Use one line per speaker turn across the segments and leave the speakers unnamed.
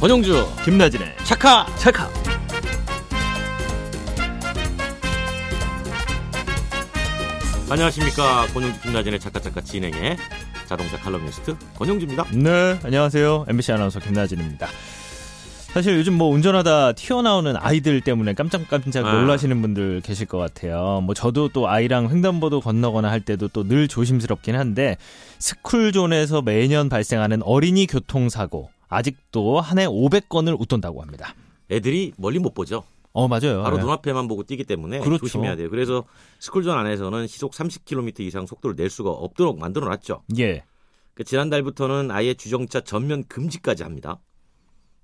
권영주
김나진의
샤카
찰카
안녕하십니까 권영주 김나진의 샤카샤카 진행의 자동차 칼럼니스트 권영주입니다
네 안녕하세요 MBC 아나운서 김나진입니다 사실 요즘 뭐 운전하다 튀어나오는 아이들 때문에 깜짝깜짝
아.
놀라시는 분들 계실 것 같아요 뭐 저도 또 아이랑 횡단보도 건너거나 할 때도 또 늘 조심스럽긴 한데 스쿨존에서 매년 발생하는 어린이 교통사고 아직도 한 해 500건을 웃돈다고 합니다
애들이 멀리 못 보죠
어 맞아요
바로
네.
눈앞에만 보고 뛰기 때문에
그렇죠.
조심해야 돼요 그래서 스쿨존 안에서는 시속 30km 이상 속도를 낼 수가 없도록 만들어 놨죠
예
그 지난달부터는 아예 주정차 전면 금지까지 합니다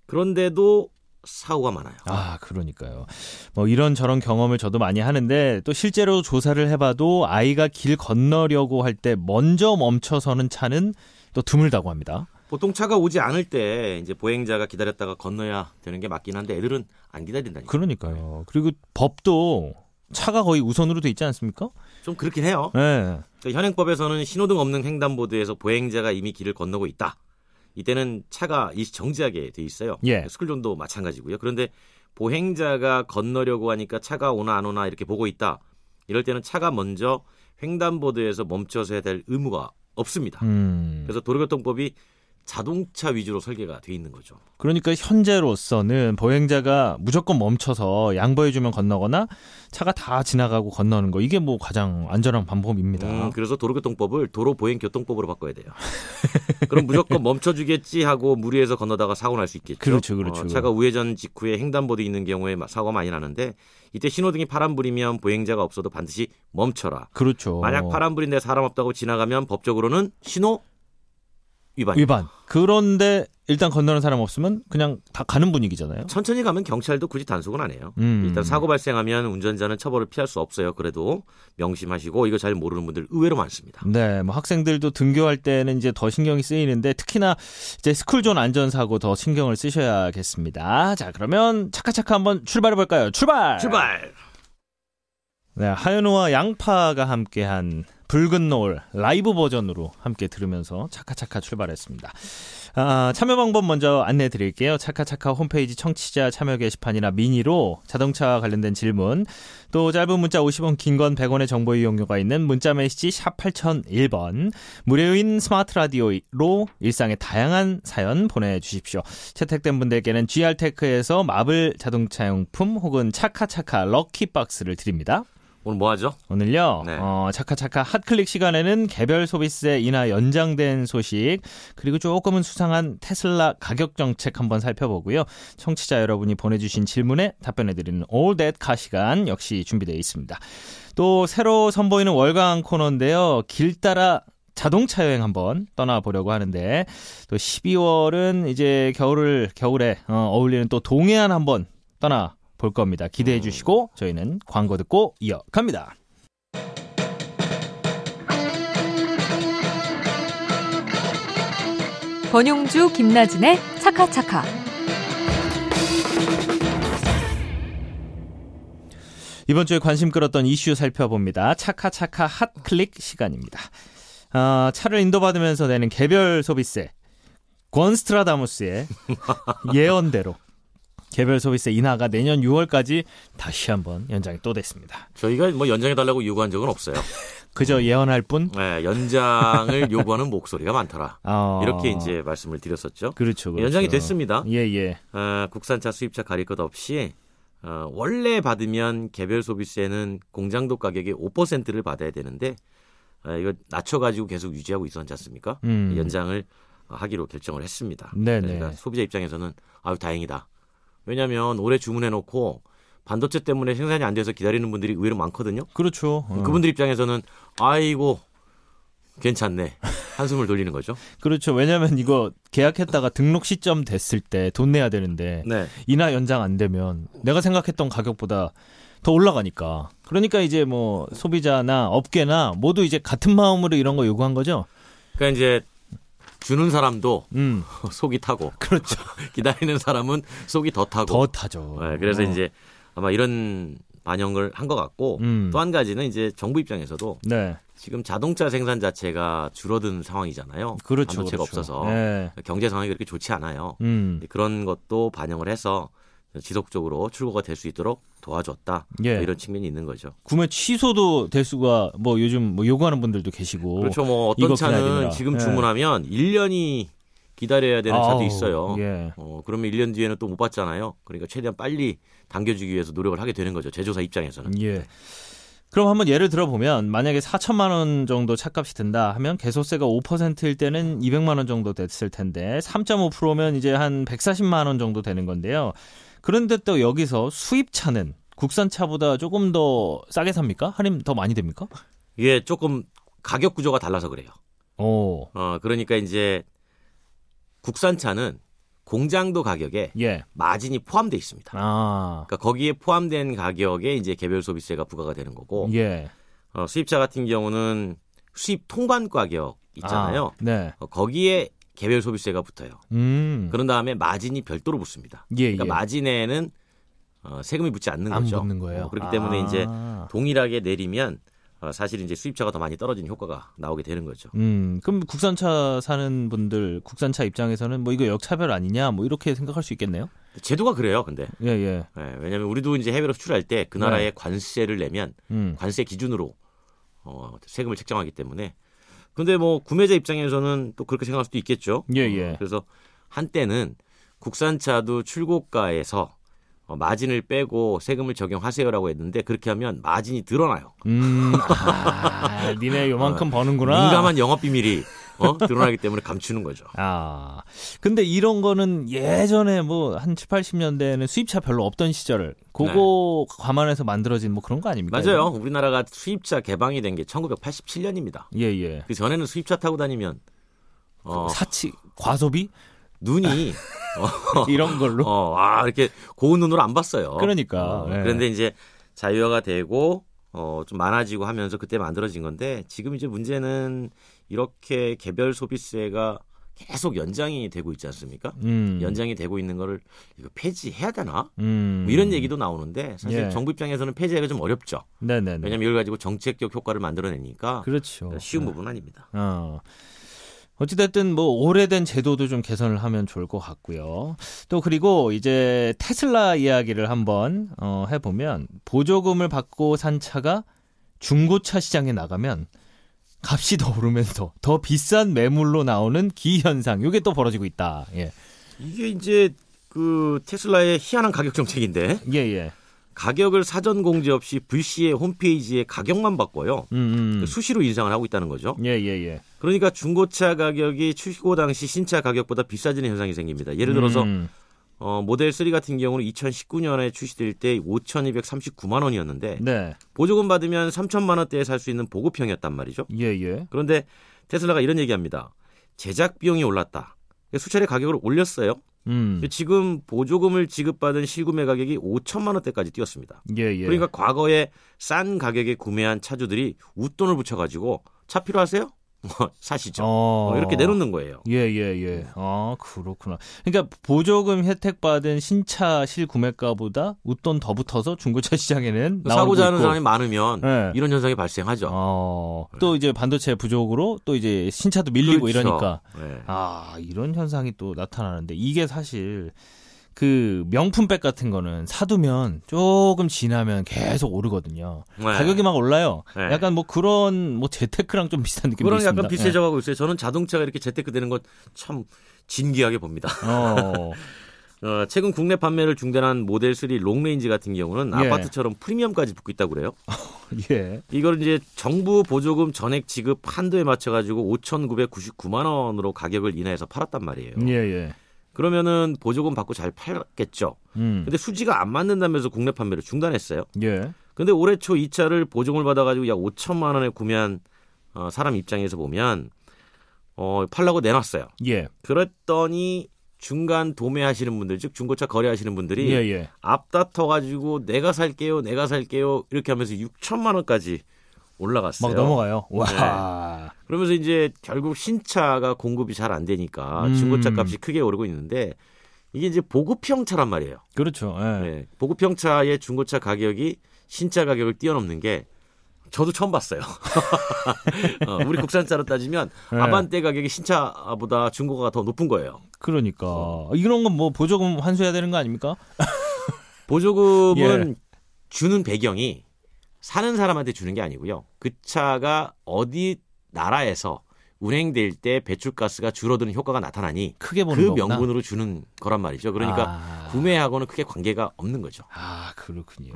그런데도 사고가 많아요
아, 그러니까요. 뭐 이런 저런 경험을 저도 많이 하는데 또 실제로 조사를 해봐도 아이가 길 건너려고 할 때 먼저 멈춰서는 차는 또 드물다고 합니다.
보통 차가 오지 않을 때 이제 보행자가 기다렸다가 건너야 되는 게 맞긴 한데 애들은 안 기다린다니까
네. 그러니까요. 그리고 법도 차가 거의 우선으로 돼 있지 않습니까?
좀 그렇긴 해요
예.
그 현행법에서는 신호등 없는 횡단보도에서 보행자가 이미 길을 건너고 있다. 이때는 차가 일시 정지하게 돼 있어요.
예.
스쿨존도 마찬가지고요. 그런데 보행자가 건너려고 하니까 차가 오나 안 오나 이렇게 보고 있다. 이럴 때는 차가 먼저 횡단보도에서 멈춰서 해야 될 의무가 없습니다.
음.
그래서 도로교통법이 자동차 위주로 설계가 돼 있는 거죠.
그러니까 현재로서는 보행자가 무조건 멈춰서 양보해주면 건너거나 차가 다 지나가고 건너는 거 이게 뭐 가장 안전한 방법입니다.
음, 그래서 도로교통법을 도로보행교통법으로 바꿔야 돼요. 그럼 무조건 멈춰주겠지 하고 무리해서 건너다가 사고 날 수 있겠죠.
그렇죠, 그렇죠.
어, 차가 우회전 직후에 횡단보도 있는 경우에 마- 사고가 많이 나는데 이때 신호등이 파란불이면 보행자가 없어도 반드시 멈춰라.
그렇죠.
만약 파란불인데 사람 없다고 지나가면 법적으로는 신호 위반.
위반. 그런데 일단 건너는 사람 없으면 그냥 다 가는 분위기잖아요.
천천히 가면 경찰도 굳이 단속은 안 해요.
음.
일단 사고 발생하면 운전자는 처벌을 피할 수 없어요. 그래도 명심하시고 이거 잘 모르는 분들 의외로 많습니다.
네, 뭐 학생들도 등교할 때는 이제 더 신경이 쓰이는데 특히나 이제 스쿨존 안전사고 더 신경을 쓰셔야겠습니다. 자, 그러면 차카차카 한번 출발해 볼까요? 출발.
출발.
네, 하현우와 양파가 함께한 붉은 노을 라이브 버전으로 함께 들으면서 차카차카 출발했습니다. 아, 참여 방법 먼저 안내 드릴게요. 차카차카 홈페이지 청취자 참여 게시판이나 미니로 자동차와 관련된 질문, 또 짧은 문자 50원, 긴 건 100원의 정보 이용료가 있는 문자 메시지 샵 8001번, 무료인 스마트 라디오로 일상의 다양한 사연 보내주십시오. 채택된 분들께는 GR테크에서 마블 자동차용품 혹은 차카차카 럭키박스를 드립니다.
오늘 뭐 하죠?
오늘요,
네.
어, 차카차카 핫클릭 시간에는 개별 소비세 인하 연장된 소식, 그리고 조금은 수상한 테슬라 가격 정책 한번 살펴보고요. 청취자 여러분이 보내주신 질문에 답변해드리는 All That 카 시간 역시 준비되어 있습니다. 또 새로 선보이는 월간 코너인데요. 길 따라 자동차 여행 한번 떠나보려고 하는데 또 12월은 이제 겨울을 겨울에 어, 어울리는 또 동해안 한번 떠나 볼 겁니다. 기대해 주시고 저희는 광고 듣고 이어갑니다.
권용주 김나진의 차카차카
이번 주에 관심 끌었던 이슈 살펴봅니다. 차카차카 핫클릭 시간입니다. 아, 차를 인도받으면서 내는 개별 소비세. 권스트라다무스의 예언대로 개별 소비세 인하가 내년 6월까지 다시 한번 연장이 또 됐습니다.
저희가 뭐 연장해달라고 요구한 적은 없어요. 음.
그저 예언할 뿐.
네, 연장을 요구하는 목소리가 많더라.
어,
이렇게 이제 말씀을 드렸었죠.
그렇죠, 그렇죠.
연장이 됐습니다.
예, 예.
어, 국산차, 수입차 가릴 것 없이 어, 원래 받으면 개별 소비세는 공장도 가격의 5%를 받아야 되는데 어, 이거 낮춰가지고 계속 유지하고 있었지 않습니까?
음.
연장을 하기로 결정을 했습니다.
네네.
그러니까 소비자 입장에서는 아유 다행이다. 왜냐하면 올해 주문해놓고 반도체 때문에 생산이 안 돼서 기다리는 분들이 의외로 많거든요.
그렇죠. 어.
그분들 입장에서는 아이고 괜찮네 한숨을 돌리는 거죠.
그렇죠. 왜냐면 이거 계약했다가 등록 시점 됐을 때 돈 내야 되는데
네.
인하 연장 안 되면 내가 생각했던 가격보다 더 올라가니까. 그러니까 이제 뭐 소비자나 업계나 모두 이제 같은 마음으로 이런 거 요구한 거죠.
그러니까 이제 주는 사람도
음,
속이 타고 그렇죠. 기다리는 사람은 속이 더 타고.
더 타죠.
네, 그래서
어.
이제 아마 이런 반영을 한 것 같고
음.
또 한 가지는 이제 정부 입장에서도
네.
지금 자동차 생산 자체가 줄어든 상황이잖아요.
그렇죠.
반도체가
그렇죠.
없어서
네.
경제 상황이 그렇게 좋지 않아요.
음.
이제 그런 것도 반영을 해서 지속적으로 출고가 될 수 있도록 도와줬다
예.
뭐 이런 측면이 있는 거죠.
구매 취소도 될 수가 뭐 요즘 뭐 요구하는 분들도 계시고.
그렇죠. 뭐
이거
어떤
그날이니라.
차는 지금
예.
주문하면 1년이 기다려야 되는 차도
아우,
있어요.
예.
어, 그러면 1년 뒤에는 또 못 받잖아요. 그러니까 최대한 빨리 당겨주기 위해서 노력을 하게 되는 거죠. 제조사 입장에서는.
예. 그럼 한번 예를 들어보면 만약에 4천만 원 정도 차값이 든다 하면 개소세가 5%일 때는 200만 원 정도 됐을 텐데 3.5%면 이제 한 140만 원 정도 되는 건데요. 그런데 또 여기서 수입차는 국산차보다 조금 더 싸게 삽니까? 할인 더 많이 됩니까?
이게 조금 가격 구조가 달라서 그래요.
오.
어, 그러니까 이제 국산차는 공장도 가격에
예.
마진이 포함되어 있습니다.
아.
그러니까 거기에 포함된 가격에 이제 개별 소비세가 부과가 되는 거고
예.
어, 수입차 같은 경우는 수입 통관 가격 있잖아요.
아, 네.
어, 거기에 개별 소비세가 붙어요.
음.
그런 다음에 마진이 별도로 붙습니다.
예, 예.
그러니까 마진에는 어, 세금이 붙지 않는
안
거죠.
붙는 거예요.
어, 그렇기
아.
때문에 이제 동일하게 내리면 어, 사실 이제 수입차가 더 많이 떨어지는 효과가 나오게 되는 거죠.
음, 그럼 국산차 사는 분들, 국산차 입장에서는 뭐 이거 역차별 아니냐, 뭐 이렇게 생각할 수 있겠네요.
제도가 그래요, 근데
예, 예.
왜냐하면 우리도 이제 해외로 수출할 때 그
네.
나라의 관세를 내면
음,
관세 기준으로 어, 세금을 책정하기 때문에. 근데 뭐 구매자 입장에서는 또 그렇게 생각할 수도 있겠죠.
예, 예.
어, 그래서 한때는 국산차도 출고가에서 어, 마진을 빼고 세금을 적용하세요라고 했는데 그렇게 하면 마진이 드러나요.
음, 아, 니네 요만큼 버는구나.
민감한 영업 비밀이 어? 드러나기 때문에 감추는 거죠.
아, 근데 이런 거는 예전에 뭐 한 7, 80년대에는 수입차 별로 없던 시절, 그거 감안해서 만들어진 뭐 그런 거 아닙니까?
맞아요. 우리나라가 수입차 개방이 된 게 1987년입니다.
예, 예.
그 전에는 수입차 타고 다니면 어,
사치, 과소비?
눈이
이런 걸로.
어, 아, 이렇게 고운 눈으로 안 봤어요.
그러니까,
어,
네.
그런데 이제 자유화가 되고, 어, 좀 많아지고 하면서 그때 만들어진 건데, 지금 이제 문제는 이렇게 개별 소비세가 계속 연장이 되고 있지 않습니까?
음.
연장이 되고 있는 거를 이거 폐지해야 되나?
음.
뭐 이런 얘기도 나오는데, 사실
예.
정부 입장에서는 폐지하기가 좀 어렵죠.
네네네.
왜냐면 이걸 가지고 정책적 효과를 만들어내니까 그러니까
그렇죠.
쉬운
네.
부분은 아닙니다.
어. 어찌됐든 뭐 오래된 제도도 좀 개선을 하면 좋을 것 같고요. 또 그리고 이제 테슬라 이야기를 한번 어, 해보면 보조금을 받고 산 차가 중고차 시장에 나가면 값이 더 오르면서 더 비싼 매물로 나오는 기현상 이게 또 벌어지고 있다. 예,
이게 이제 그 테슬라의 희한한 가격 정책인데,
예, 예.
가격을 사전 공지 없이 VC의 홈페이지에 가격만 바꿔요.
음, 음.
수시로 인상을 하고 있다는 거죠.
예, 예, 예.
그러니까 중고차 가격이 출고 당시 신차 가격보다 비싸지는 현상이 생깁니다. 예를 들어서
음,
어, 모델 3 같은 경우는 2019년에 출시될 때 5,239만 원이었는데
네,
보조금 받으면 3천만 원대에 살 수 있는 보급형이었단 말이죠.
예, 예.
그런데 테슬라가 이런 얘기합니다. 제작 비용이 올랐다. 그러니까 수차례 가격을 올렸어요.
음,
예. 지금 보조금을 지급받은 실구매 가격이 5천만 원대까지 뛰었습니다.
예, 예.
그러니까 과거에 싼 가격에 구매한 차주들이 웃돈을 붙여가지고 차 필요하세요? 뭐 사시죠.
어.
어, 이렇게 내놓는 거예요.
예, 예,
네.
예. 아, 그렇구나. 그러니까 보조금 혜택 받은 신차 실구매가보다 웃돈 더 붙어서 중고차 시장에는 나오고
사고자 하는
있고.
사람이 많으면
예.
이런 현상이 발생하죠.
어, 또 이제 반도체 부족으로 또 이제 신차도 밀리고
그렇죠.
이러니까
예.
아, 이런 현상이 또 나타나는데 이게 사실 그 명품백 같은 거는 사두면 조금 지나면 계속 오르거든요.
네.
가격이 막 올라요.
네.
약간 뭐 그런 뭐 재테크랑 좀 비슷한 느낌이
그런
있습니다.
약간 비슷해져가고 있어요. 저는 자동차가 이렇게 재테크되는 건 참 진기하게 봅니다.
예. 어.
어, 최근 국내 판매를 중단한 모델 3 롱레인지 같은 경우는
예.
아파트처럼 프리미엄까지 붙고 있다고 그래요.
예.
이걸 이제 정부 보조금 전액 지급 한도에 맞춰가지고 5,999만 원으로 가격을 인하해서 팔았단 말이에요.
예, 예.
그러면은 보조금 받고 잘 팔겠죠.
음.
근데 수지가 안 맞는다면서 국내 판매를 중단했어요.
예.
근데 올해 초 이 차를 보증을 받아가지고 약 5천만 원에 구매한 어, 사람 입장에서 보면 어, 팔라고 내놨어요.
예.
그랬더니 중간 도매하시는 분들, 즉 중고차 거래하시는 분들이
예, 예.
앞다퉈 가지고 내가 살게요, 내가 살게요 이렇게 하면서 6천만 원까지 올라갔어요. 네.
막 넘어가요. 와.
그러면서 이제 결국 신차가 공급이 잘 안 되니까
음.
중고차 값이 크게 오르고 있는데 이게 이제 보급형 차란 말이에요.
그렇죠. 예.
네. 보급형 차의 중고차 가격이 신짜 가격을 뛰어넘는 게 저도 처음 봤어요. 어, 우리 국산차로 따지면
네.
아반떼 가격이 신차보다 중고가가 더 높은 거예요.
그러니까
네.
이런 건 뭐 보조금 환수해야 되는 거 아닙니까?
보조금은 주는 배경이 사는 사람한테 주는 게 아니고요. 그 차가 어디 나라에서 운행될 때 배출가스가 줄어드는 효과가 나타나니
크게
그
보는 거구나.
명분으로 주는 거란 말이죠. 그러니까
아.
구매하고는 크게 관계가 없는 거죠.
아 그렇군요.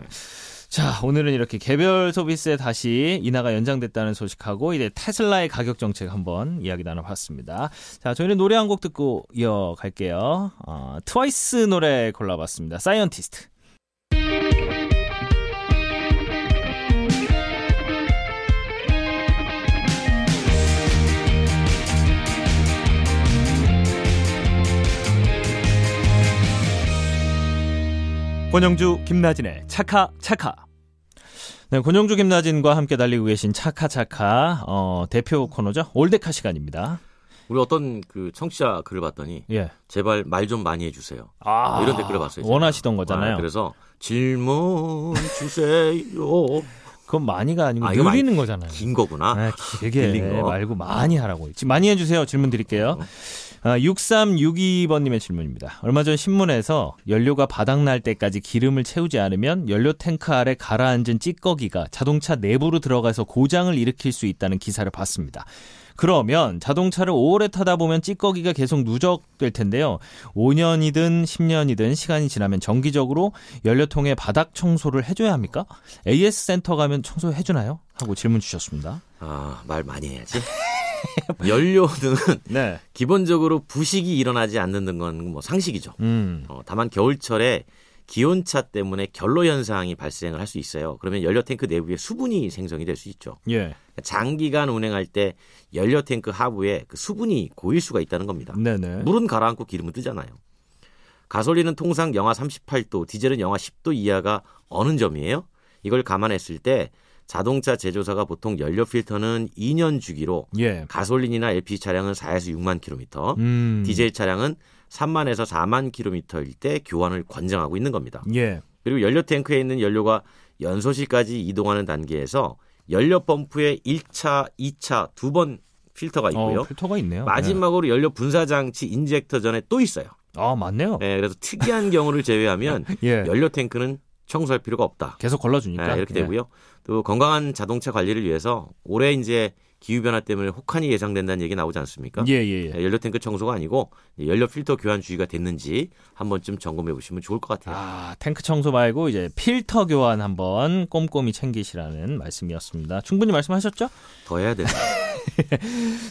자 오늘은 이렇게 개별 서비스에 다시 인하가 연장됐다는 소식하고 이제 테슬라의 가격 정책 한번 이야기 나눠봤습니다. 자 저희는 노래 한 곡 듣고 이어갈게요. 어, 트와이스 노래 골라봤습니다. 사이언티스트. 권영주 김나진의 차카 차카. 네, 권영주 김나진과 함께 달리고 계신 차카 차카 어, 대표 코너죠 올데카 시간입니다.
우리 어떤 그 청취자 글을 봤더니
예.
제발 말 좀 많이 해주세요.
아,
이런 댓글을 봤어요. 제가.
원하시던 거잖아요.
아, 그래서 질문 주세요.
그건 많이가 아니고
아, 이거 많이-
늘리는 거잖아요.
긴 거구나.
네,
길린
길게
거. 어.
말고 많이 하라고. 지금 많이 해주세요. 질문 드릴게요. 아, 6362번님의 질문입니다. 얼마 전 신문에서 연료가 바닥날 때까지 기름을 채우지 않으면 연료 탱크 아래 가라앉은 찌꺼기가 자동차 내부로 들어가서 고장을 일으킬 수 있다는 기사를 봤습니다. 그러면 자동차를 오래 타다 보면 찌꺼기가 계속 누적될 텐데요. 5년이든 10년이든 시간이 지나면 정기적으로 연료통에 바닥 청소를 해줘야 합니까? AS 센터 가면 청소해 주나요? 하고 질문 주셨습니다.
아, 말 많이 해야지. 연료는
네.
기본적으로 부식이 일어나지 않는 건 뭐 상식이죠.
음.
어, 다만 겨울철에 기온차 때문에 결로 현상이 발생을 할 수 있어요. 그러면 연료 탱크 내부에 수분이 생성이 될 수 있죠. 그러니까
예.
장기간 운행할 때 연료 탱크 하부에 그 수분이 고일 수가 있다는 겁니다.
네네.
물은 가라앉고 기름은 뜨잖아요. 가솔린은 통상 영하 38도, 디젤은 영하 10도 이하가 어느 점이에요? 이걸 감안했을 때 자동차 제조사가 보통 연료 필터는 2년 주기로
예.
가솔린이나 LPG 차량은 4에서 6만 킬로미터,
음.
디젤 차량은 3만에서 4만 킬로미터일 때 교환을 권장하고 있는 겁니다.
예.
그리고 연료 탱크에 있는 연료가 연소실까지 이동하는 단계에서 연료 펌프에 1차, 2차 두 번 필터가 있고요.
어, 필터가 있네요.
마지막으로 연료 분사 장치 인젝터 전에 또 있어요.
예. 아, 맞네요.
예, 그래서 특이한 경우를 제외하면
예.
연료 탱크는 청소할 필요가 없다.
계속 걸러 주니까.
예, 이렇게 되고요. 또 건강한 자동차 관리를 위해서 올해 이제 기후 변화 때문에 혹한이 예상된다는 얘기 나오지 않습니까?
예, 예, 예.
예, 연료 탱크 청소가 아니고 연료 필터 교환 주의가 됐는지 한 번쯤 점검해 보시면 좋을 것 같아요.
아, 탱크 청소 말고 이제 필터 교환 한번 꼼꼼히 챙기시라는 말씀이었습니다. 충분히 말씀하셨죠?
더 해야 되나?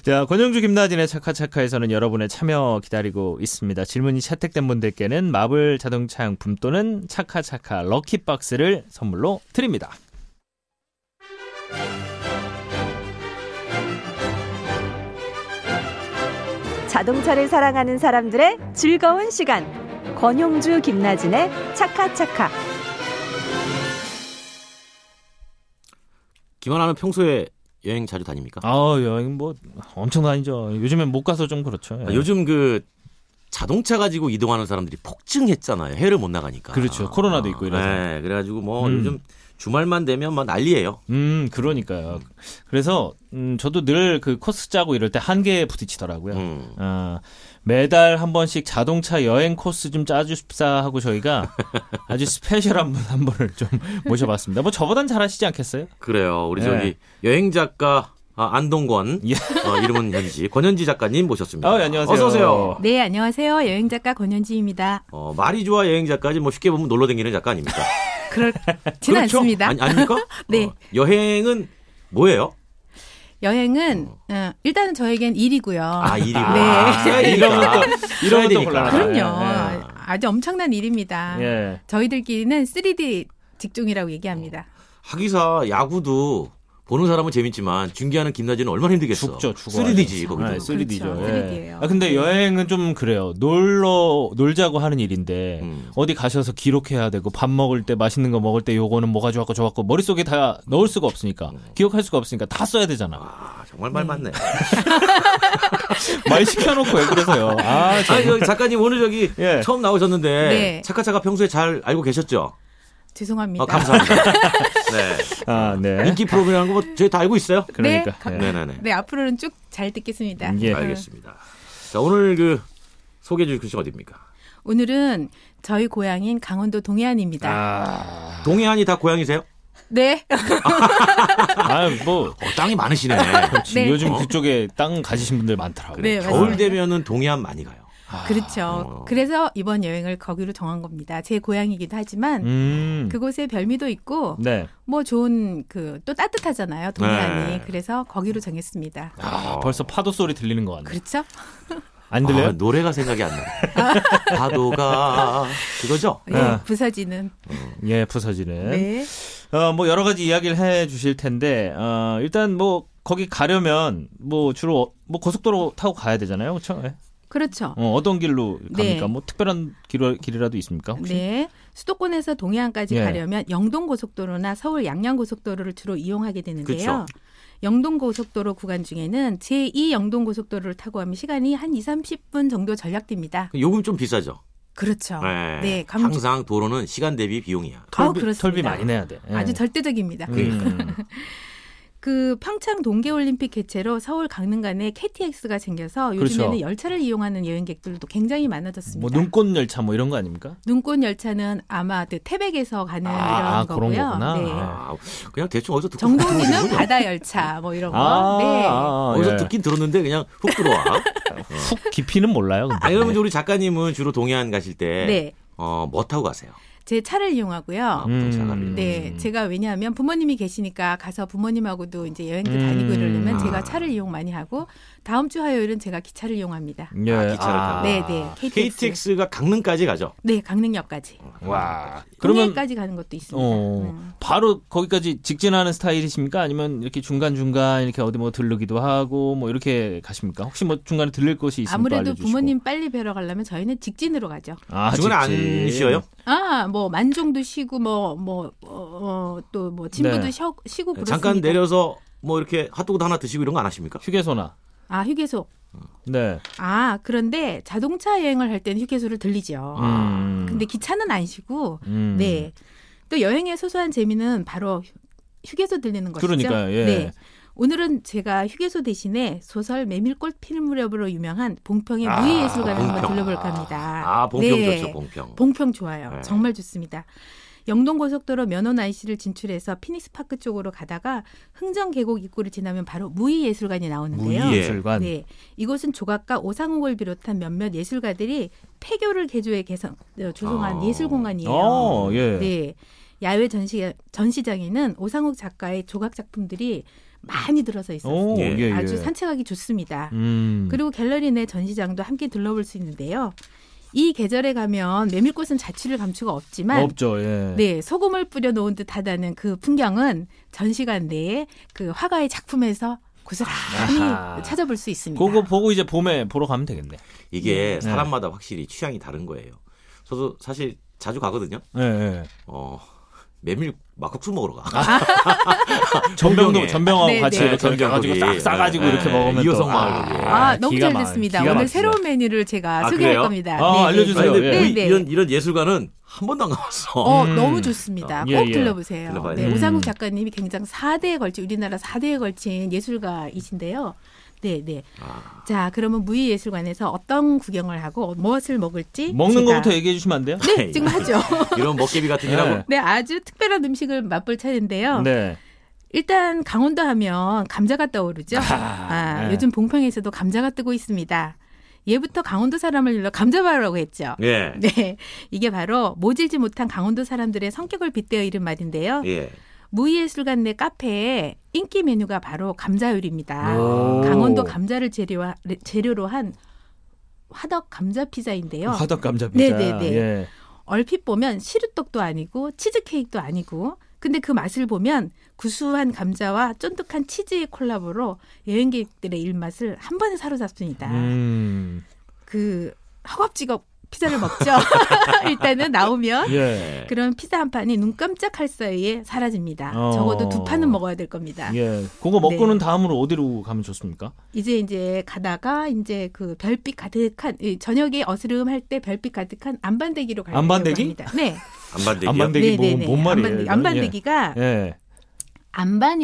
자, 권영주 김나진의 차카차카에서는 여러분의 참여 기다리고 있습니다. 질문이 채택된 분들께는 마블 자동차 용품 또는 차카차카 럭키박스를 선물로 드립니다.
자동차를 사랑하는 사람들의 즐거운 시간. 권용주 김나진의 차카차카.
김하나는 평소에 여행 자주 다닙니까?
아, 여행 뭐 엄청 다니죠. 요즘엔 못 가서 좀 그렇죠.
아, 요즘 그 자동차 가지고 이동하는 사람들이 폭증했잖아요. 해외를 못 나가니까.
그렇죠. 코로나도 있고 이래서.
네, 그래가지고 뭐
음.
요즘 주말만 되면 막 난리예요.
음, 그러니까요. 그래서 음, 저도 늘 그 코스 짜고 이럴 때 한계에 부딪히더라고요.
음.
아, 매달 한 번씩 자동차 여행 코스 좀 짜주십사 하고 저희가 아주 스페셜한 분 한 분을 좀 모셔봤습니다. 뭐 저보단 잘하시지 않겠어요?
그래요. 우리
네.
저기 여행 작가 아, 안동권
예.
어, 이름은 현지 권현지 작가님 모셨습니다.
아, 예, 안녕하세요.
어서 오세요.
네, 안녕하세요. 여행 작가 권현지입니다.
어, 말이 좋아 여행 작가지 뭐 쉽게 보면 놀러 다니는 작가 아닙니까?
그렇진
그렇죠.
않습니다.
그렇죠. 아니, 아닙니까?
네.
어, 여행은 뭐예요?
여행은 어, 일단은 저에겐 일이고요.
아 일이고.
네.
아,
이러면 또- 이러면 또
써야 되니까.
곤란하다.
그럼요.
예,
아주 엄청난 일입니다.
예.
저희들끼리는 3D 직종이라고 얘기합니다.
하기사 야구도 보는 사람은 재밌지만 중계하는 김나진은 얼마나 힘들겠어.
죽죠, 죽어.
3D지 거기도.
네, 3D죠.
그렇죠. 3D 예요.
아, 근데 여행은 좀 그래요. 놀러 놀자고 하는 일인데
음.
어디 가셔서 기록해야 되고 밥 먹을 때 맛있는 거 먹을 때 요거는 뭐가 좋았고 좋았고 머릿속에 다 넣을 수가 없으니까 기억할 수가 없으니까 다 써야 되잖아.
아 정말 말 맞네.
말 시켜놓고 왜 그러세요? 아,
네. 아, 니 작가님 오늘 저기
예.
처음 나오셨는데
네.
차카차카 평소에 잘 알고 계셨죠?
죄송합니다.
어, 감사합니다. 네.
아, 네.
인기 프로그램이라는 거 뭐 저희 다 알고 있어요.
그러니까. 네.
네,
네네네.
네, 앞으로는 쭉 잘 듣겠습니다.
예.
알겠습니다. 자, 오늘 그 소개해 주실 곳이 어디입니까?
오늘은 저희 고향인 강원도 동해안입니다.
아,
동해안이 다 고향이세요?
네.
아, 뭐
어, 땅이 많으시네.
지금
네.
요즘
어?
그쪽에 땅 가지신 분들 많더라고요.
그래,
네,
겨울
맞습니다.
되면은 동해안 많이 가요.
그렇죠.
어.
그래서 이번 여행을 거기로 정한 겁니다. 제 고향이기도 하지만
음.
그곳에 별미도 있고
네.
뭐 좋은 그 또 따뜻하잖아요. 동해안이.
네.
그래서 거기로 정했습니다.
아,
어.
벌써 파도 소리 들리는 것 같네.
그렇죠?
안 들려요?
아, 노래가 생각이 안 나요. 파도가 그거죠?
예,
아.
부서지는.
예, 부서지는.
네.
어, 뭐 여러 가지 이야기를 해 주실 텐데 어, 일단 뭐 거기 가려면 뭐 주로 어- 뭐 고속도로 타고 가야 되잖아요. 그렇죠? 예.
그렇죠.
어, 어떤 길로
네.
갑니까? 뭐 특별한 길, 길이라도 있습니까? 혹시?
네. 수도권에서 동해안까지
예.
가려면 영동고속도로나 서울 양양고속도로를 주로 이용하게 되는데요.
그렇죠.
그쵸.
영동고속도로 구간 중에는 제2 영동고속도로를 타고 하면 시간이 한 2, 30분 정도 절약됩니다.
요금 좀 비싸죠.
그렇죠.
네.
네, 감-
항상 도로는 시간 대비 비용이야.
아우,
털비,
그렇습니다.
털비 많이 내야 돼. 예.
아주 절대적입니다. 그러니까.
음.
그 평창 동계올림픽 개최로 서울 강릉 간에 KTX가 생겨서 요즘에는
그렇죠.
열차를 이용하는 여행객들도 굉장히 많아졌습니다.
뭐 눈꽃 열차 뭐 이런 거 아닙니까?
눈꽃 열차는 아마 그 태백에서 가는
아,
이런
그런
거고요.
거구나.
네.
아, 그냥 대충 어디서 듣고
정동진은
들어오는군요.
바다 열차 뭐 이런 거. 네.
아,
어디서
예.
듣긴 들었는데 그냥 훅 들어와.
훅 깊이는 몰라요. 근데.
아니 그러면 이제 우리 작가님은 주로 동해안 가실 때
네.
어, 뭐 타고 가세요?
제 차를 이용하고요.
음. 동차가를.
네, 제가 왜냐하면 부모님이 계시니까 가서 부모님하고도 이제 여행도
음.
다니고 이러려면
아.
제가 차를 이용 많이 하고 다음 주 화요일은 제가 기차를 이용합니다.
예.
아, 기차를 타고.
네, 네, KTX.
KTX가 강릉까지 가죠.
네, 강릉역까지.
와. 그러면
동해까지 가는 것도 있습니다.
어,
음.
바로 거기까지 직진하는 스타일이십니까? 아니면 이렇게 중간중간 이렇게 어디 뭐 들르기도 하고 뭐 이렇게 가십니까? 혹시 뭐 중간에 들릴 곳이 있으면 또
아무래도
알려주시고.
부모님 빨리 뵈러 가려면 저희는 직진으로 가죠.
아,
중간에
직진.
안 쉬어요?
아, 뭐 만종도 쉬고 뭐 뭐 어, 또 뭐 친부도
네.
쉬- 쉬고 그렇습니다.
잠깐 내려서 뭐 이렇게 핫도그도 하나 드시고 이런 거 안 하십니까?
휴게소나.
아, 휴게소.
네.
아, 그런데 자동차 여행을 할 때는 휴게소를 들리죠.
음.
근데 기차는 안 쉬고
음.
네. 또 여행의 소소한 재미는 바로 휴- 휴게소 들리는 것이죠.
그러니까요, 예.
네. 오늘은 제가 휴게소 대신에 소설 메밀꽃 필 무렵으로 유명한 봉평의
아,
무예예술관을
봉평.
한번 들러볼까 합니다.
아, 봉평
네.
좋죠, 봉평.
봉평 좋아요.
네.
정말 좋습니다. 영동고속도로 면허 IC를 진출해서 피닉스 파크 쪽으로 가다가 흥정 계곡 입구를 지나면 바로 무이예술관이 나오는데요.
무이
예술관.
네, 이곳은 조각가 오상욱을 비롯한 몇몇 예술가들이 폐교를 개조해 개성 어, 조성한
아.
예술 공간이에요.
어, 예.
네. 야외 전시 전시장에는 오상욱 작가의 조각 작품들이 많이 들어서 있어요.
오,
예.
예, 예.
아주 산책하기 좋습니다.
음.
그리고 갤러리 내 전시장도 함께 둘러볼 수 있는데요. 이 계절에 가면 메밀꽃은 자취를 감추가 없지만
없죠. 예.
네, 소금을 뿌려 놓은 듯하다는 그 풍경은 전시관 내에 그 화가의 작품에서 고스란히
아하.
찾아볼 수 있습니다.
그거 보고 이제 봄에 보러 가면 되겠네.
이게 사람마다 확실히 취향이 다른 거예요. 저도 사실 자주 가거든요.
예, 예.
어, 메밀 막국수 먹으러 가.
전병도
동경에.
전병하고
네,
같이
네.
이렇게
전병
가지고
거기.
싹 싸가지고
네,
이렇게
네.
먹으면
이호성
또,
마을 거기.
아, 너무
기가
잘
막-
됐습니다.
기가
오늘
막히죠.
새로운 메뉴를 제가
아,
소개할
그래요?
겁니다. 네,
아, 알려주세요.
아니, 근데 뭐
예.
무이- 이런 이런 예술관은 한 번도 안 가봤어.
어,
음.
너무 좋습니다.
예,
꼭
예.
들러보세요.
들러봐야
네,
돼요.
오상욱
음.
작가님이 굉장히 4대에 걸친, 우리나라 4대에 걸친 예술가이신데요. 네, 네.
아.
자, 그러면 무의예술관에서 어떤 구경을 하고 무엇을 먹을지.
먹는
제가-
거부터 얘기해 주시면 안 돼요?
네, 지금 하죠.
예, 이런 먹개비 같은 일하고
네.
네, 아주 특별한 음식을 맛볼 차례인데요.
네.
일단 강원도 하면 감자가 떠오르죠. 아,
네.
요즘 봉평에서도 감자가 뜨고 있습니다. 예부터 강원도 사람을 일러 감자바라고 했죠.
예.
네, 이게 바로 모질지 못한 강원도 사람들의 성격을 빗대어 이른 말인데요.
예.
무의예술관 내 카페에 인기 메뉴가 바로 감자 요리입니다.
오.
강원도 감자를 재료와, 재료로 한 화덕 감자 피자인데요.
화덕 감자 피자.
네네네.
예.
얼핏 보면 시루떡도 아니고 치즈케이크도 아니고 근데 그 맛을 보면 구수한 감자와 쫀득한 치즈의 콜라보로 아. 여행객들의 입맛을 한 번에 사로잡습니다.
음.
그 허겁지겁 피자를 먹죠. 일단은 나오면
예.
그런 피자 한 판이 눈 깜짝할 사이에 사라집니다.
어.
적어도 두 판은 먹어야 될 겁니다.
예. 그거 먹고는
네.
다음으로 어디로 가면 좋습니까?
이제 이제 가다가 이제 그 별빛 가득한 이 저녁에 어스름할 때 별빛 가득한 안반대기로 가려고
안반대기?
합니다. 네.
안반대기요.
안반대기? 되게 뭐- 뭔 말이에요,
안반대기.
이건?
안반대기가
예.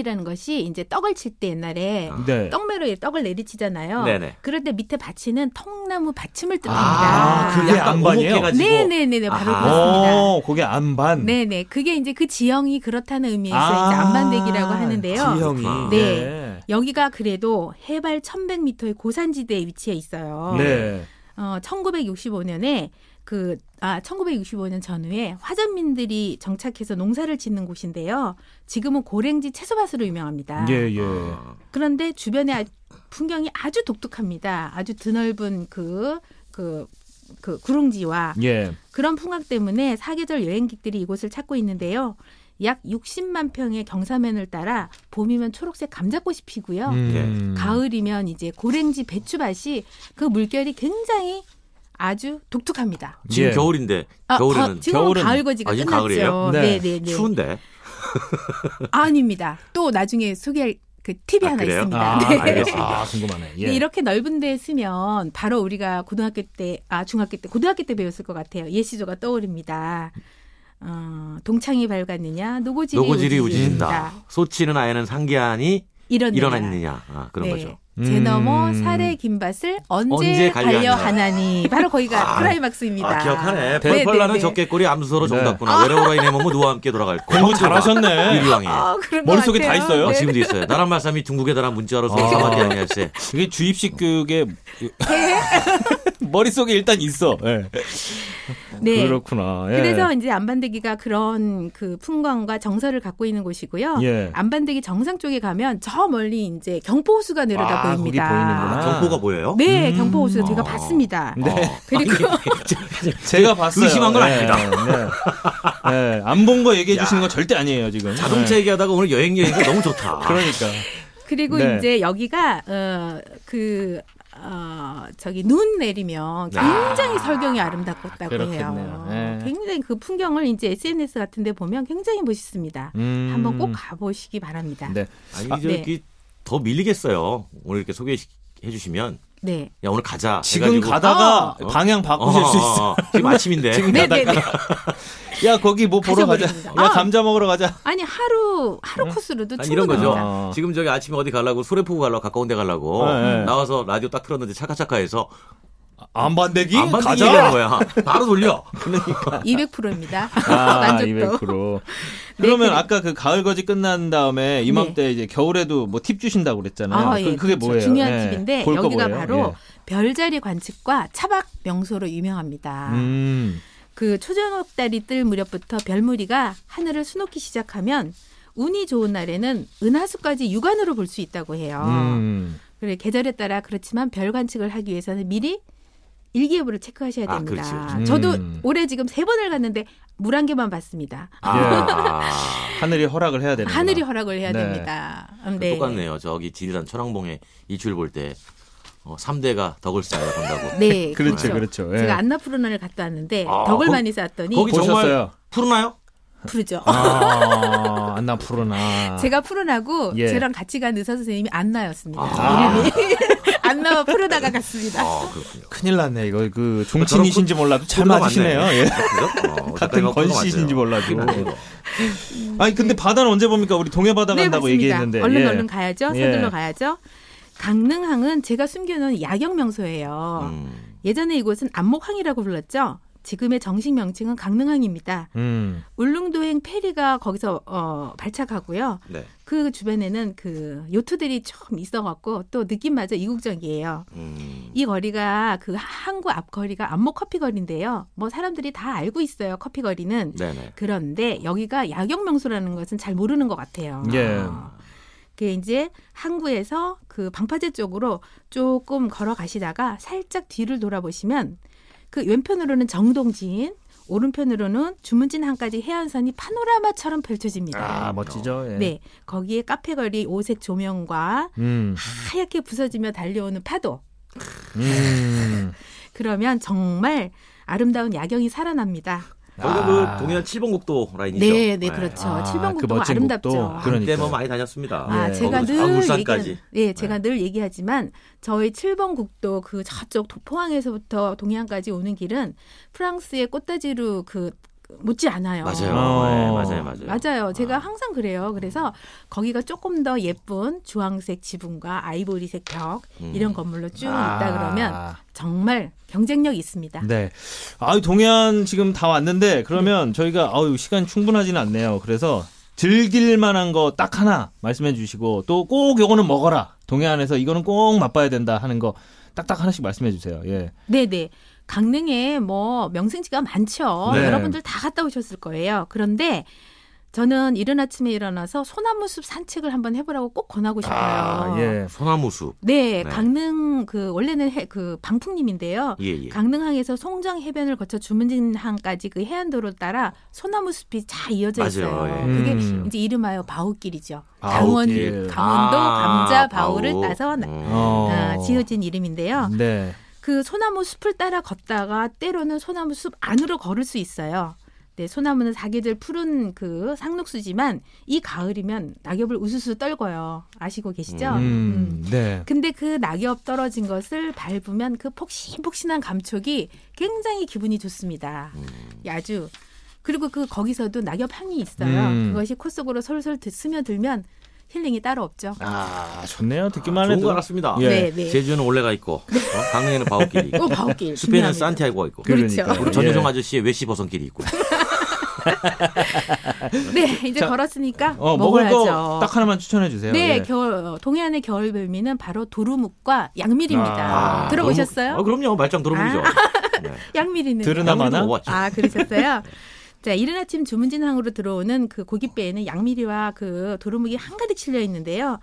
안반이라는 것이 이제 떡을 칠 때 옛날에
아.
네.
떡매로 이 떡을 내리치잖아요.
네네.
그럴 때 밑에 받치는 통나무 받침을 뜹니다.
아, 그게
약간
안반이에요?
오목해가지고.
네네네네 바로
아하.
그렇습니다.
어, 그게 안반.
네네 그게 이제 그 지형이 그렇다는 의미에서
아,
이제 안반대기라고 하는데요.
지형이.
네.
네.
여기가 그래도 해발 1,100m의 고산지대에 위치해 있어요.
네.
어, 1965년에 그, 아, 1965년 전후에 화전민들이 정착해서 농사를 짓는 곳인데요. 지금은 고랭지 채소밭으로 유명합니다.
예, 예.
아,
그런데 주변의 아- 풍경이 아주 독특합니다. 아주 드넓은 그, 그, 그 구릉지와
예.
그런 풍광 때문에 사계절 여행객들이 이곳을 찾고 있는데요. 약 60만 평의 경사면을 따라 봄이면 초록색 감자꽃이 피고요.
음.
어. 네. 가을이면 이제 고랭지 배추밭이 그 물결이 굉장히 아주 독특합니다.
지금
예.
겨울인데
아,
겨울에는
거- 지금은
겨울은-
가을 거지가
아, 지금
끝났죠.
가을이에요?
네,
네.
네, 네.
추운데.
아닙니다. 또 나중에 소개할 그 팁이
아,
하나
그래요?
있습니다.
아,
네.
알겠습니다. 아, 궁금하네. 예.
근데 이렇게 넓은 데 쓰면 바로 우리가 고등학교 때, 아, 중학교 때, 고등학교 때 배웠을 것 같아요. 예시조가 떠오릅니다. 어, 동창이 밝았느냐, 노고질이,
노고질이
우진다.
우진다. 소치는 아예는 상기하니
이런
일어났느냐. 아, 그런 거죠.
네. 제
음.
너머 살의 긴 밭을 언제,
언제 갈려하냐.
갈려하나니. 바로 거기가 클라이막스입니다.
아, 기억하네.
네, 네,
펄펄나는
네. 아.
적개꼬리 암수서로
네.
정답구나. 외로워라 이내 몸은 누와 함께 돌아갈 거.
공부 잘하셨네.
일왕이. 아,
어, 그런 것
머릿속에 다
같아요.
있어요?
어,
네.
지금도 있어요. 나란 말씀이 중국에 달한 문자로
아.
소개받지 아니할세.
이게 주입식 교육에 머릿속에 일단 있어. 예.
네.
그렇구나. 예.
그래서 이제 안반대기가 그런 그 풍광과 정서를 갖고 있는 곳이고요.
예.
안반대기 정상 쪽에 가면 저 멀리 이제 경포호수가 내려다
아, 거기
보입니다.
보이는구나.
경포가 보여요?
네,
음.
경포호수 제가
어.
봤습니다.
네.
그리고
제가 봤어요. 네,
의심한 건 아닙니다.
안 본 거 얘기해 주시는 건 절대 아니에요, 지금.
자동차
예.
얘기하다가 오늘 여행 여행이 너무 좋다.
그러니까.
그리고
네.
이제 여기가 어, 어그 어, 저기 눈 내리면 굉장히 설경이 아름답다고
아. 그렇겠네요.
해요.
네.
굉장히 그 풍경을 이제 SNS 같은 데 보면 굉장히 멋있습니다.
음.
한번 꼭 가보시기 바랍니다.
네.
아니
아,
저기 더 밀리겠어요. 오늘 이렇게 소개해 주시면
네.
야 오늘 가자.
지금
해가지고.
가다가
아!
어.
방향 바꾸실
어,
수
어,
있어.
어. 지금 아침인데.
지금
네,
가다가
네,
야 거기 뭐 보러 가자.
가져버립니다.
야
아.
감자 먹으러 가자.
아니 하루
음?
하루 코스로도
아니, 이런 거죠.
네, 충분합니다.
어.
지금 저기 아침에 어디 가려고 수레포구 가려고 가까운 데 가려고
네, 네.
나와서 라디오 딱 틀었는데 차카차카해서
안반대기?
안 받는 얘기하는 거야. 바로 돌려. 그러니까.
200%입니다.
아,
만족도. 네,
200%. 그러면
그래.
아까 그 가을거지 끝난 다음에 이맘때 이제 겨울에도 뭐 팁 주신다고 그랬잖아요.
네. 아,
그,
예,
그게
그렇죠.
뭐예요?
중요한
예.
집인데
볼거
여기가
뭐예요?
바로
예.
별자리 관측과 차박 명소로 유명합니다.
음.
그 초저녁 달이 뜰 무렵부터 별무리가 하늘을 수놓기 시작하면 운이 좋은 날에는 은하수까지 육안으로 볼 수 있다고 해요.
음.
그래 계절에 따라 그렇지만 별 관측을 하기 위해서는 미리 일기예보를 체크하셔야
아,
됩니다.
그렇지,
그렇지.
저도
음.
올해 지금 세 번을 갔는데 물 한 개만 봤습니다.
예.
아.
하늘이 허락을 해야 되는
하늘이 허락을 해야
네.
됩니다. 음, 네.
똑같네요. 저기 지리산 천왕봉에 일출 볼 때 어, 3대가 덕을 쌓아야 한다고.
네,
그렇죠, 그렇죠. 예.
제가 안나푸르나를 갔다 왔는데
아,
덕을
거-
많이 쌓았더니
거기 정말
보셨어요?
푸르나요?
푸르죠.
아, 안나 푸르나.
제가 푸르나고
예.
저랑 같이 간 의사 선생님이 안나였습니다.
아.
이름이 안나와 푸르나가 같습니다.
아, 그렇군요.
큰일 났네. 이거 그 종친이신지 몰라도 잘
푸르나
맞으시네요.
맞네.
예.
그죠? 어,
같은
어쨌든
권
푸르나 맞아요.
씨신지 몰라도. 예. 아니 근데 바다는 언제 봅니까? 우리 동해 바다
네,
간다고
맞습니다.
얘기했는데.
얼른
예.
얼른 가야죠.
예.
서둘러 가야죠. 강릉항은 제가 숨겨놓은 야경 명소예요.
음.
예전에 이곳은 안목항이라고 불렀죠. 지금의 정식 명칭은 강릉항입니다.
음.
울릉도행 페리가 거기서 어, 발착하고요.
네.
그 주변에는 그 요트들이 좀 있어갖고 또 느낌마저 이국적이에요.
음.
이 거리가 그 항구 앞 거리가 안목 커피 거리인데요. 뭐 사람들이 다 알고 있어요. 커피 거리는.
네네.
그런데 여기가 야경 명소라는 것은 잘 모르는 것 같아요.
예.
그게 이제 항구에서 그 방파제 쪽으로 조금 걸어가시다가 살짝 뒤를 돌아보시면 그 왼편으로는 정동진, 오른편으로는 주문진 항까지 해안선이 파노라마처럼 펼쳐집니다.
아 멋지죠. 예.
네, 거기에 카페 거리 오색 조명과
음.
하얗게 부서지며 달려오는 파도,
음.
그러면 정말 아름다운 야경이 살아납니다.
거기가
아.
그 동해안 7번 국도 라인이죠.
네, 네, 그렇죠.
아,
칠번국
그
도
멋진
아름답죠.
곡도.
아,
그런-
그때
그러니까요.
뭐 많이 다녔습니다.
아,
예.
제가
거기서 아,
늘
울산까지. 네.
얘기하는- 예, 제가 늘 얘기하지만 저희 7번 국도 그 저쪽 도- 포항에서부터 동해안까지 오는 길은 프랑스의 꽃다지루 그 못지 않아요.
맞아요.
어.
네, 맞아요. 맞아요.
맞아요. 제가
아.
항상 그래요. 그래서 거기가 조금 더 예쁜 주황색 지붕과 아이보리색 벽
음. 아.
이런 건물로 쭉 있다 그러면 정말 경쟁력 있습니다.
아. 네. 아유, 동해안 지금 다 왔는데,
네.
그러면 저희가, 아유, 시간 충분하지는 않네요. 그래서 즐길 만한 거 딱 하나 말씀해 주시고, 또 꼭 요거는 먹어라. 동해안에서 이거는 꼭 맛봐야 된다 하는 거 딱딱 하나씩 말씀해 주세요. 예.
네네. 강릉에 뭐 명승지가 많죠.
네.
여러분들 다 갔다 오셨을 거예요. 그런데 저는 이른 아침에 일어나서 소나무 숲 산책을 한번 해보라고 꼭 권하고 싶어요.
아, 예.
소나무 숲.
네,
네.
강릉 그 원래는 해- 그 방풍님인데요.
예, 예.
강릉항에서 송정 해변을 거쳐 주문진항까지 그 해안도로 따라 소나무 숲이 잘 이어져
맞아요.
있어요.
예.
그게
음.
이제 이름하여 바우길이죠. 강원
바우길.
강원도 감자
아, 바우.
바우를 따서 나-
음.
어.
아, 지어진 이름인데요.
네.
그 소나무 숲을 따라 걷다가 때로는 소나무 숲 안으로 걸을 수 있어요. 네, 소나무는 사계절 푸른 그 상록수지만 이 가을이면 낙엽을 우수수 떨궈요. 아시고 계시죠? 음.
음, 네.
근데 그 낙엽 떨어진 것을 밟으면 그 폭신폭신한 감촉이 굉장히 기분이 좋습니다.
음.
아주 그리고 그 거기서도 낙엽 향이 있어요.
음.
그것이 코 속으로 솔솔 드- 스며들면 힐링이 따로 없죠.
아, 좋네요. 듣기만
좋은 거
해도.
알았습니다.
예.
네, 네.
제주는 올레가 있고 어? 강릉에는 바우길이
어,
있고
바오길.
숲에는
중요합니다.
산티아고가 있고
그렇죠.
그러니까요.
전유정
예.
아저씨의 외시 버선길이 있고
네, 이제
자,
걸었으니까
어, 먹을
먹어야죠.
거 딱 하나만 추천해 주세요.
네,
예.
겨울 동해안의 겨울 별미는 바로 도루묵과 양미리입니다.
아,
들어보셨어요?
너무- 아, 그럼요. 말짱 들어보죠. 네.
양미리는
들은- 그나마나?
아 그러셨어요? 자 이른 아침 주문진항으로 들어오는 그 고깃배에는 양미리와 그 도루묵이 한가득 실려 있는데요.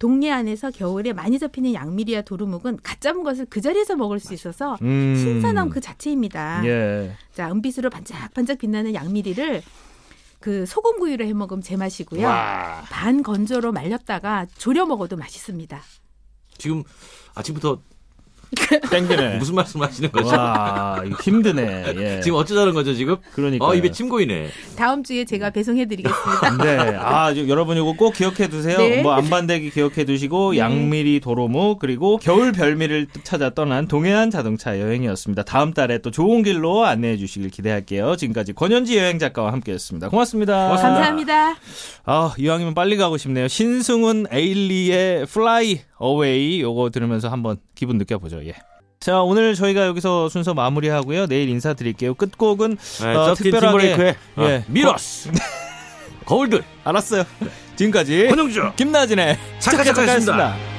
동해안에서 겨울에 많이 잡히는 양미리와 도루묵은 갓 잡은 것을 그 자리에서 먹을 수 있어서
음.
신선함 그 자체입니다.
예.
자 은빛으로 반짝반짝 빛나는 양미리를 그 소금구이로 해 먹으면 제맛이고요.
와.
반 건조로 말렸다가 졸여 먹어도 맛있습니다.
지금 아침부터
땡기네.
무슨 말씀하시는 거죠?
와, 이거 힘드네. 예.
지금 어쩌자는 거죠 지금?
그러니까.
어 입에 침 고이네.
다음 주에 제가 배송해드리겠습니다.
네. 아, 저- 여러분 이거 꼭 기억해 두세요.
네.
뭐 안반대기 기억해 두시고 양미리 도로무 그리고 겨울 별미를 찾아 떠난 동해안 자동차 여행이었습니다. 다음 달에 또 좋은 길로 안내해 주시길 기대할게요. 지금까지 권현지 여행 작가와 함께 했습니다. 고맙습니다.
감사합니다.
아, 이왕이면 빨리 가고 싶네요. 신승훈 에일리의 Fly Away 요거 들으면서 한번 기분 느껴보죠. 예. 자, 오늘 저희가 여기서 순서 마무리하고요. 내일 인사드릴게요. 끝곡은
네,
어,
저스틴
특별하게-
팀버레이크의 어,
예.
미러스 거울들
알았어요. 네. 지금까지
권영주
김나진의
착한
착한
착한
착한였습니다.
했습니다.